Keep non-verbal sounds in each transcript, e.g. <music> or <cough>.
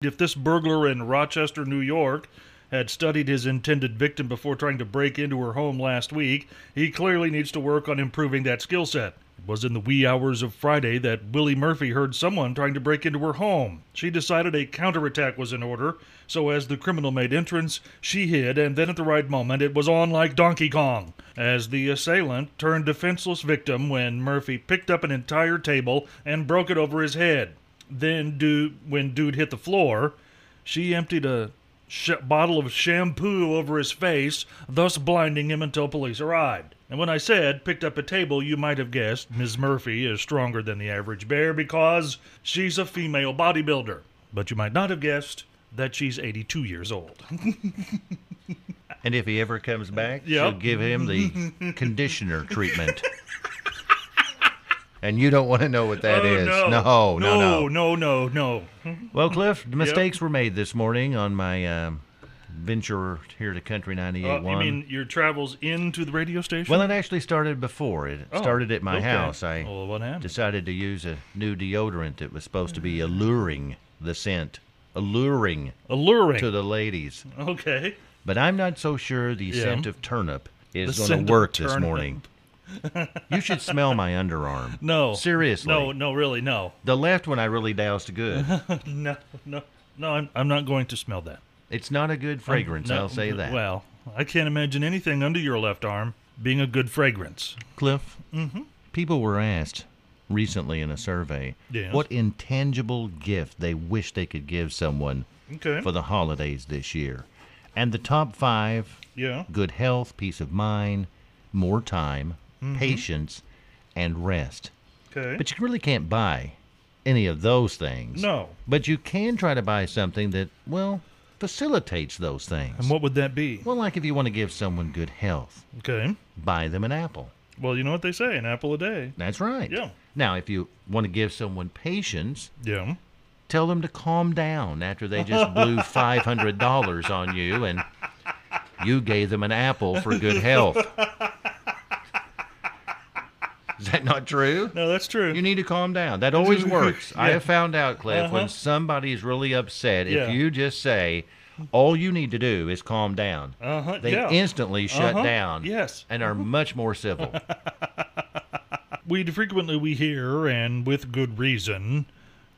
If this burglar in Rochester, New York, had studied his intended victim before trying to break into her home last week, he clearly needs to work on improving that skill set. It was in the wee hours of Friday that Willie Murphy heard someone trying to break into her home. She decided a counterattack was in order, so as the criminal made entrance, she hid, and then at the right moment it was on like Donkey Kong, as the assailant turned defenseless victim when Murphy picked up an entire table and broke it over his head. Then, dude, when dude hit the floor, she emptied a sh- bottle of shampoo over his face, thus blinding him until police arrived. And when I said picked up a table, you might have guessed Ms. Murphy is stronger than the average bear because she's a female bodybuilder. But you might not have guessed that she's 82 years old. And if he ever comes back, Yep. she'll give <laughs> him the conditioner treatment. and you don't want to know what that Oh, is. no, no, no. no, no, no, no. Uh, Well, Cliff, mistakes were made this morning on my um, venture here to Country 98.1. Uh, you mean your travels into the radio station? well, it actually started before. It Oh, started at my okay. Oh. house. I Well, what happened? decided to use a new deodorant that was supposed to be alluring, the scent, alluring Alluring. to the ladies. okay. But I'm not so sure the scent of turnip is The going scent to of work this turnip. <laughs> morning. you should smell my underarm. No. Seriously. No, no, really, no. The left one I really doused good. <laughs> No, no, no, I'm, I'm not going to smell that. It's not a good fragrance, No, I'll say that. Well, I can't imagine anything under your left arm being a good fragrance. Cliff, Mm-hmm. people were asked recently in a survey Yes. what intangible gift they wish they could give someone Okay. for the holidays this year. And the top five yeah. good health, peace of mind, more time, Mm-hmm. patience, and rest. Okay. But you really can't buy any of those things. no. But you can try to buy something that, well, facilitates those And things. what would that be? Well, like if you want to give someone good health, Okay. buy them an apple. Well, you know what they say: an apple a day. That's right. Yeah. Now, if you want to give someone patience, Yeah. tell them to calm down after they <laughs> just blew $500 on you and you gave them an apple for good <laughs> health. Is that not true? No, that's true. You need to calm down. <laughs> That always works. I Yeah. have found out, Cliff, Uh-huh. when somebody's really upset, Yeah. if you just say, all you need to do is calm down, uh-huh. they yeah. instantly shut Uh-huh. down Yes. and are much more civil. we frequently we hear and with good reason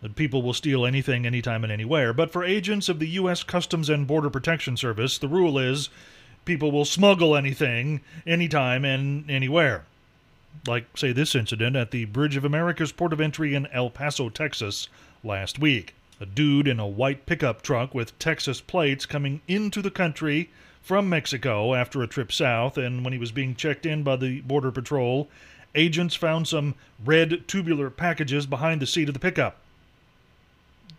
that people will steal anything anytime and anywhere but for agents of the US Customs and Border Protection Service the rule is people will smuggle anything anytime and anywhere like say this incident at the Bridge of America's port of entry in El Paso, Texas last week a dude in a white pickup truck with Texas plates coming into the country from Mexico after a trip south, and when he was being checked in by the Border Patrol, agents found some red tubular packages behind the seat of the pickup.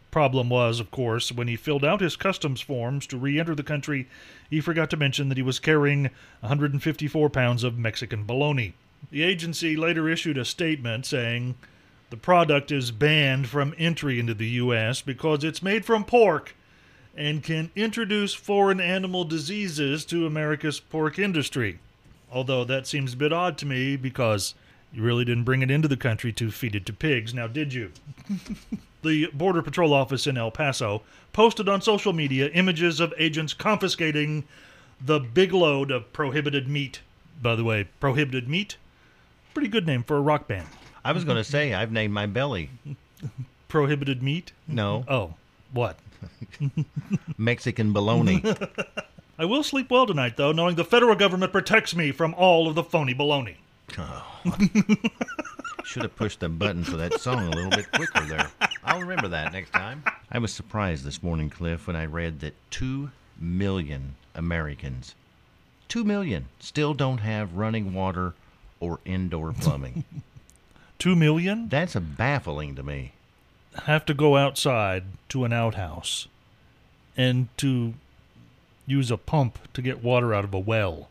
Problem was, of course, when he filled out his customs forms to re enter the country, he forgot to mention that he was carrying 154 pounds of Mexican bologna. The agency later issued a statement saying, the product is banned from entry into the U.S. because it's made from pork and can introduce foreign animal diseases to America's pork industry. Although that seems a bit odd to me because you really didn't bring it into the country to feed it to pigs, now did you? the Border Patrol office in El Paso posted on social media images of agents confiscating the big load of prohibited meat. By the way, prohibited meat? Pretty good name for a rock band. I was going to say, I've named my belly. Prohibited meat? No, Oh, what? Mexican bologna. I will sleep well tonight, though, knowing the federal government protects me from all of the phony baloney. Should have pushed the button for that song a little bit quicker there. I'll remember that next time. I was surprised this morning, Cliff, when I read that 2 million Americans, 2 million, still don't have running water or <laughs> indoor plumbing. Two million That's a baffling to me. have to go outside to an outhouse and to use a pump to get water out of a well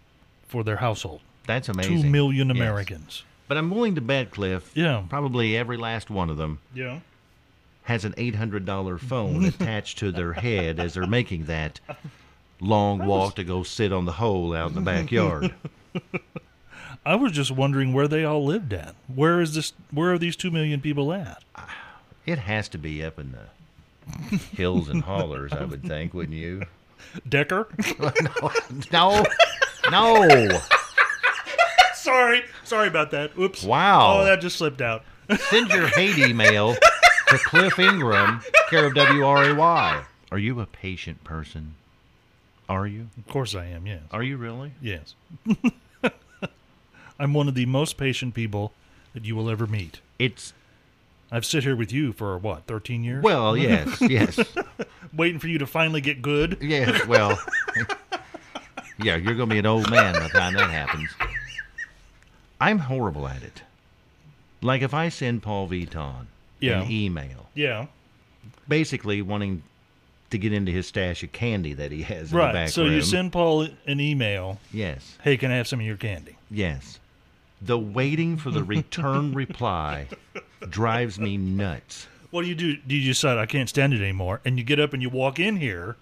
for their household. That's amazing. Two million Yes. Americans. But I'm willing to bet, Cliff, Yeah. probably every last one of them Yeah. has an <laughs> $800 phone attached to their head as they're making that long walk to go sit on the hole out in the backyard. I was just wondering where they all lived at. Where is this? Where are these two million people at? It has to be up in the hills and hollers, I would think, wouldn't you? Decker? No, no. <laughs> sorry. Sorry about that. Oops. Wow. Oh, that just slipped out. Send your hate email to Cliff Ingram, care of WRAY. Are you a patient person? Are you? Of course I am, yes. Are you really? Yes. <laughs> I'm one of the most patient people that you will ever meet. It's I've sit here with you for what, 13 years? well, yes, yes, Waiting for you to finally get good. yes. Well, yeah, you're gonna be an old man by the time that happens. I'm horrible at it. Like if I send Paul Vuitton Yeah. an email, Yeah. basically wanting to get into his stash of candy that he has in the Right. back So you room. send Paul an email, yes, "Hey, can I have some of your candy?" yes. The waiting for <laughs> the return reply drives me nuts. What do you do? Do you just decide I can't stand it anymore and you get up and you walk in here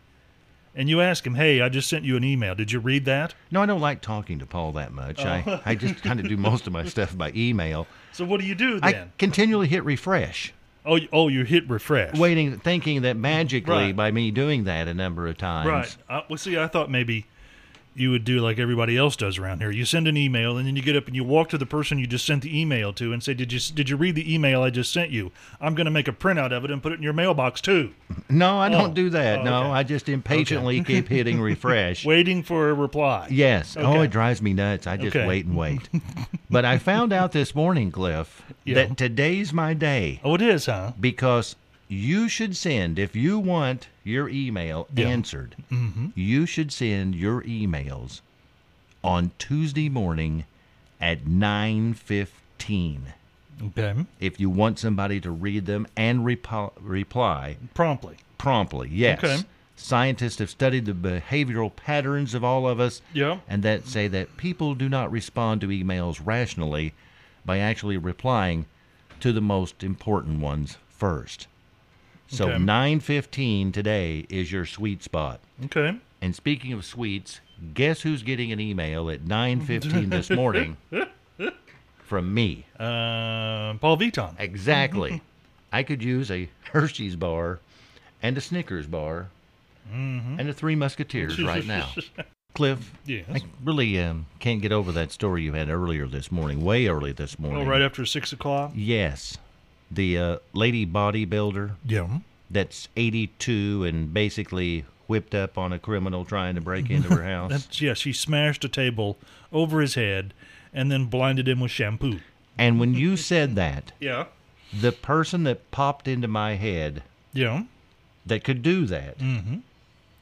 and you ask him, "Hey, I just sent you an email. Did you read that?" No, I don't like talking to Paul that much. Oh. I, I just kind of do <laughs> most of my stuff by email. So what do you do I then? continually hit refresh, Oh, you- oh, you hit refresh. waiting, thinking that magically Right. by me doing that a number of times. Right. Uh, well, see, I thought maybe you would do like everybody else does around here. You send an email, and then you get up and you walk to the person you just sent the email to, and say, "Did you did you read the email I just sent you? I'm going to make a printout of it and put it in your mailbox too." No, I Oh. don't do that. Oh, no, okay. I just impatiently <laughs> keep hitting refresh. Waiting for a reply. Yes. Oh, Okay. it drives me nuts. I just Okay. wait <laughs> and wait. but I found out this morning, Cliff, Yeah. that today's my day Oh, it is, huh? because you should send, if you want your email answered, Mm-hmm. you should send your emails on Tuesday morning at 9.15 Okay. if you want somebody to read them and repo- reply Promptly. promptly. Yes. Okay. Scientists have studied the behavioral patterns of all of us Yeah. and that say that people do not respond to emails rationally by actually replying to the most important ones first. So Okay. 9:15 today is your sweet spot. Okay. And speaking of sweets, guess who's getting an email at 9:15 this morning from me? Uh, Paul Vuitton. Exactly. I could use a Hershey's bar and a Snickers bar and a <laughs> Three Musketeers right now. Cliff, Yes. I really um, can't get over that story you had earlier this morning, way early this Oh, morning. right after six o'clock. Yes. The uh, lady bodybuilder Yeah. that's 82 and basically whipped up on a criminal trying to break into <laughs> her house. That's yeah. She smashed a table over his head, and then blinded him with shampoo. and when you said that, Yeah. the person that popped into my head Yeah. that could do that, Mm.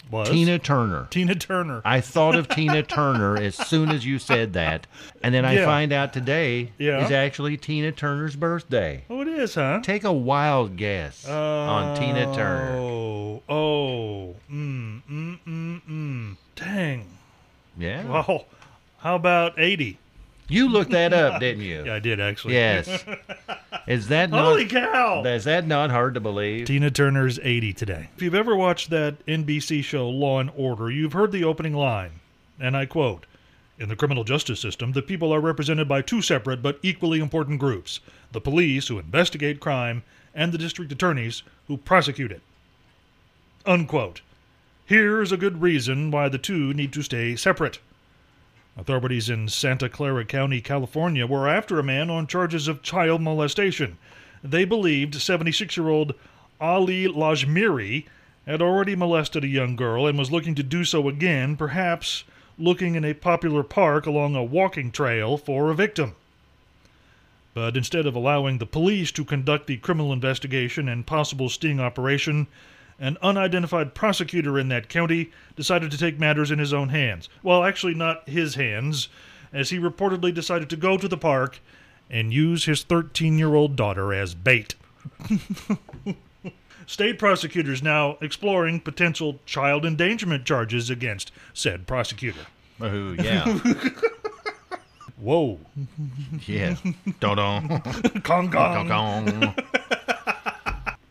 Was Tina Turner. Tina Turner. I thought of Tina Turner as soon as you said that, and then I Yeah. find out today Yeah. is actually Tina Turner's birthday. Oh, it is, huh? Take a wild guess on Tina Turner. Oh, oh, mm, mm, mm, mm. Dang. Yeah, Wow. How about 80? you looked <laughs> that up, didn't you? Yeah, I did actually. Yes. Is that not? Holy cow. Is that not hard to believe? Tina Turner's 80 today. If you've ever watched that NBC show Law and Order, you've heard the opening line, and I quote In the criminal justice system, the people are represented by two separate but equally important groups the police, who investigate crime, and the district attorneys, who prosecute it. Unquote. Here is a good reason why the two need to stay separate. Authorities in Santa Clara County, California, were after a man on charges of child molestation. They believed 76 year old Ali Lajmiri had already molested a young girl and was looking to do so again, perhaps looking in a popular park along a walking trail for a victim. But instead of allowing the police to conduct the criminal investigation and possible sting operation, an unidentified prosecutor in that county decided to take matters in his own hands. Well, actually, not his hands, as he reportedly decided to go to the park and use his 13 year old daughter as bait. <laughs> State prosecutors now exploring potential child endangerment charges against said prosecutor. Oh <laughs> yeah, Whoa. yeah. Dun-dun. <laughs> Kong Kong. <laughs>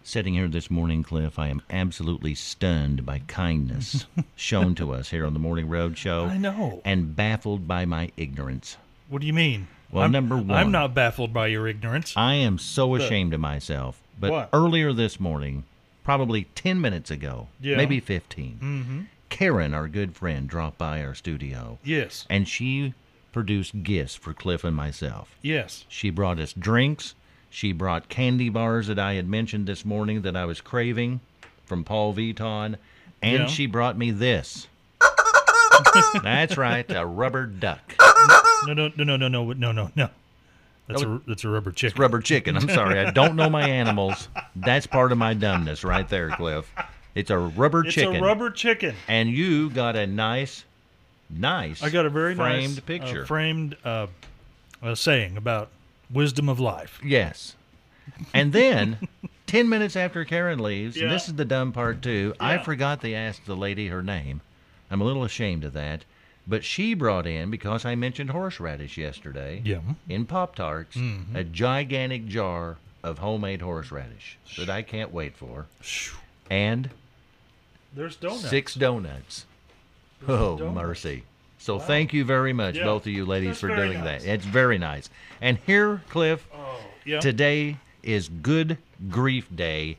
Sitting here this morning, Cliff, I am absolutely stunned by <laughs> kindness shown to us here on the Morning Road Show. I know. And baffled by my ignorance. What do you mean? Well, I'm, number one- I'm not baffled by your ignorance. I am so ashamed of myself. But What? earlier this morning, probably 10 minutes ago, Yeah. Mm-hmm. maybe 15. Karen, our good friend, dropped by our studio, Yes. and she produced gifts for Cliff and myself. Yes. She brought us drinks. She brought candy bars that I had mentioned this morning that I was craving from Paul Vuitton. And Yeah. she brought <laughs> me this. That's right, a rubber duck. No, no, no, no, no, no, no, no, no. That's a that's a rubber chicken. Rubber chicken. I'm sorry, I don't know my animals. That's part of my dumbness right there, Cliff. It's a rubber it's chicken. a rubber chicken. and you got a nice, nice I got a very framed nice, uh, picture. framed uh, uh, saying about wisdom of life. Yes. <laughs> And then, 10 minutes after Karen leaves, and this Yeah. is the dumb part too, I Yeah. forgot to ask the lady her name. I'm a little ashamed of that. But she brought in, because I mentioned horseradish yesterday, Yeah. in Pop Tarts, a gigantic jar of homemade horseradish that I can't wait for, and There's donuts. six donuts. Oh, donuts. mercy. So thank you very much, Yeah. both of you ladies, That's for very doing nice. that. It's very nice. And here, Cliff, Oh, yeah. Today is Good Grief Day,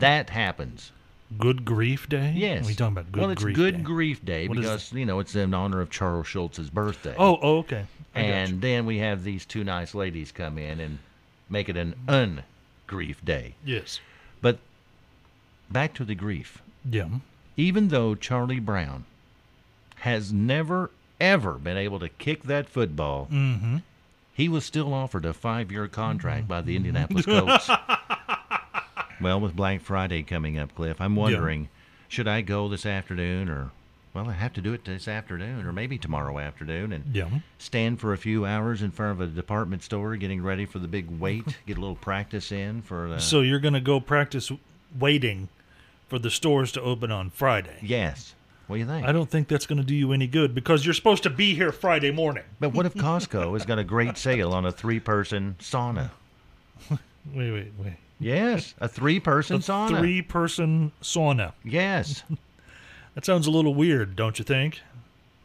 <laughs> that happens. Good Grief Day. Yes. Are we talking about Good well, it's Grief Good Day? Grief Day What is because you know it's in honor of Charles Schulz's birthday. Oh, oh, okay. I gotcha. and then we have these two nice ladies come in and make it an un grief day. yes. But back to the grief. Yeah. Even though Charlie Brown has never ever been able to kick that football, Mm-hmm. He was still offered a five year contract by the <laughs> Indianapolis Colts. well, with Black Friday coming up, Cliff, I'm wondering should I go this afternoon or, well, I have to do it this afternoon or maybe tomorrow afternoon and Yeah. stand for a few hours in front of a department store getting ready for the big <laughs> wait, get a little practice in for the. So you're gonna go practice waiting for the stores to open on Friday. yes. What do you think? I don't think that's gonna do you any good because you're supposed to be here Friday morning. But what if Costco has got a great sale on a three person sauna? Wait, wait, wait. Yes, a three person sauna. Three person sauna. Yes. That sounds a little weird, don't you think?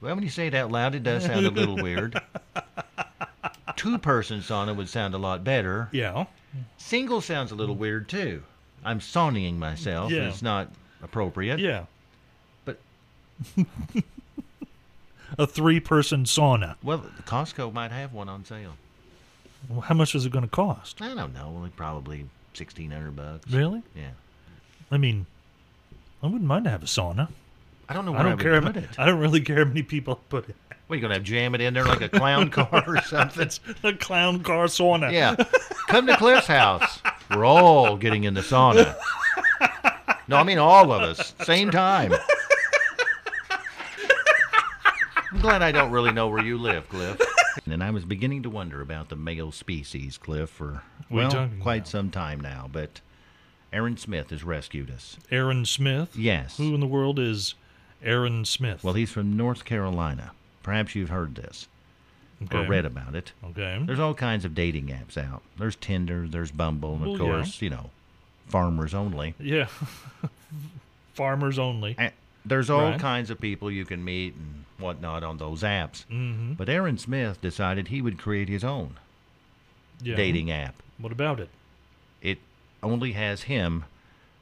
Well, when you say it out loud, it does sound a little weird. Two person sauna would sound a lot better. Yeah. Single sounds a little weird too. I'm saunying myself, Yeah. and it's not appropriate. Yeah. But- a three person sauna. Well, Costco might have one on sale. Well, How much is it going to cost? I don't know. Like probably sixteen hundred bucks. Really? Yeah. I mean, I wouldn't mind to have a sauna. I don't know I where I, don't would care. How, put ma- it. <laughs> I don't really care how many people <laughs> I put it. What are you gonna have jam it in there like a clown car or <laughs> something? That's the clown car sauna. Yeah. Come to Cliff's house. We're all getting in the sauna. No, I mean all of us. Same time. I'm glad I don't really know where you live, Cliff. And I was beginning to wonder about the male species, Cliff, for What are you well, talking quite about? some time now, but Aaron Smith has rescued us. Aaron Smith. Yes. Who in the world is Aaron Smith? Well, he's from North Carolina. Perhaps you've heard this okay. or read about it. Okay. There's all kinds of dating apps out. There's Tinder, there's Bumble, and of Well, yeah. course, you know, farmers only. Yeah. <laughs> Farmers only. And there's all Right. kinds of people you can meet and whatnot on those apps. Mm-hmm. But Aaron Smith decided he would create his own Yeah. dating app. What about it? It only has him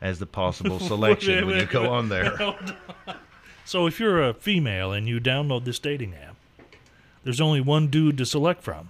as <laughs> the possible selection when you go on there. So if you're a female and you download this dating app, there's only one dude to select from.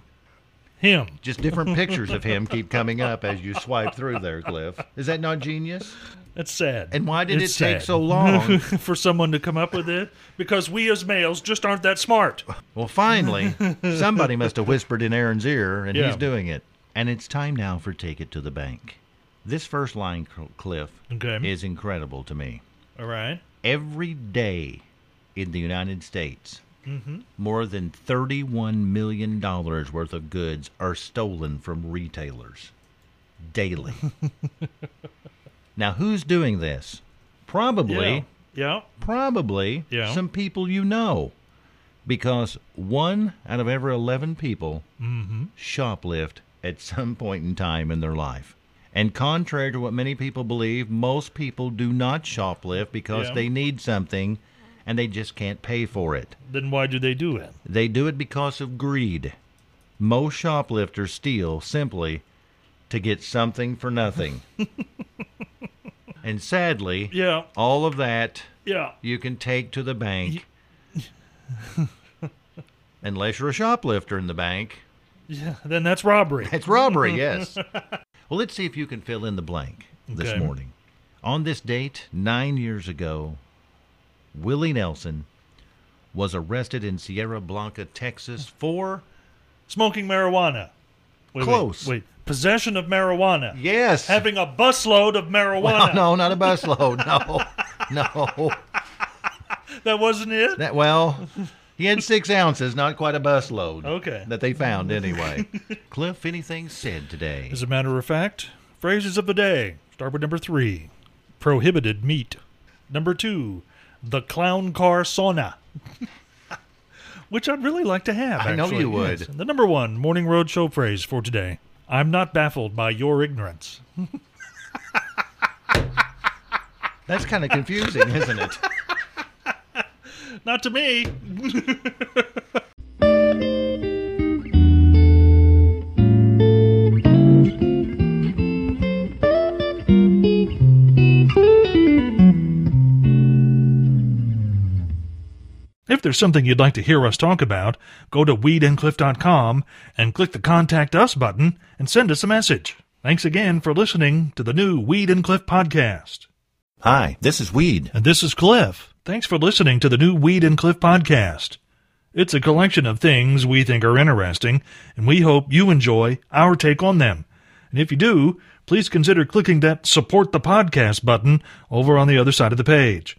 Him. Just different pictures of him keep coming up as you swipe through there, Cliff. Is that not genius? That's sad. And why did It's it take sad. <laughs> so long? for someone to come up with it? Because we as males just aren't that smart. <laughs> Well, finally, somebody must have whispered in Aaron's ear, and Yeah. he's doing it. And it's time now for Take It to the Bank. This first line, Cl- Cliff, Okay. is incredible to me. All right. Every day in the United States, Mm-hmm. more than $31 million worth of goods are stolen from retailers daily. <laughs> now, who's doing this? Probably Yeah. Yeah. probably Yeah. some people you know because one out of every 11 people Mm-hmm. shoplift at some point in time in their life. And contrary to what many people believe, most people do not shoplift because Yeah. they need something and they just can't pay for it. Then why do they do it? They do it because of greed. Most <laughs> shoplifters steal simply to get something for nothing. And sadly, Yeah. all of that Yeah. you can take to the bank. <laughs> Unless you're a shoplifter in the bank. Yeah. Then that's <laughs> robbery. It's robbery, yes. well, let's see if you can fill in the blank this Okay. morning. On this date, nine years ago, Willie Nelson was arrested in Sierra Blanca, Texas for, Smoking marijuana. Wait, wait, Close. Wait, Possession of marijuana. yes, Having a busload of Well, marijuana. <laughs> no, not a busload. No, <laughs> no. That wasn't it? That well, he had six ounces, not quite a busload. Okay. That they found <laughs> anyway. Cliff, anything said today? As a matter of fact, phrases of the day. Start with number three prohibited meat. Number two, the clown car sauna, <laughs> which I'd really like to have. I know actually. you would. Yes. And The number one morning road show phrase for today I'm not baffled by your ignorance. That's kind of confusing, isn't it? Not to me. If there's something you'd like to hear us talk about, go to weedandcliff.com and click the Contact Us button and send us a message. Thanks again for listening to the new Weed and Cliff podcast. Hi, this is Weed. And this is Cliff. Thanks for listening to the new Weed and Cliff podcast. It's a collection of things we think are interesting, and we hope you enjoy our take on them. And if you do, please consider clicking that support the podcast button over on the other side of the page.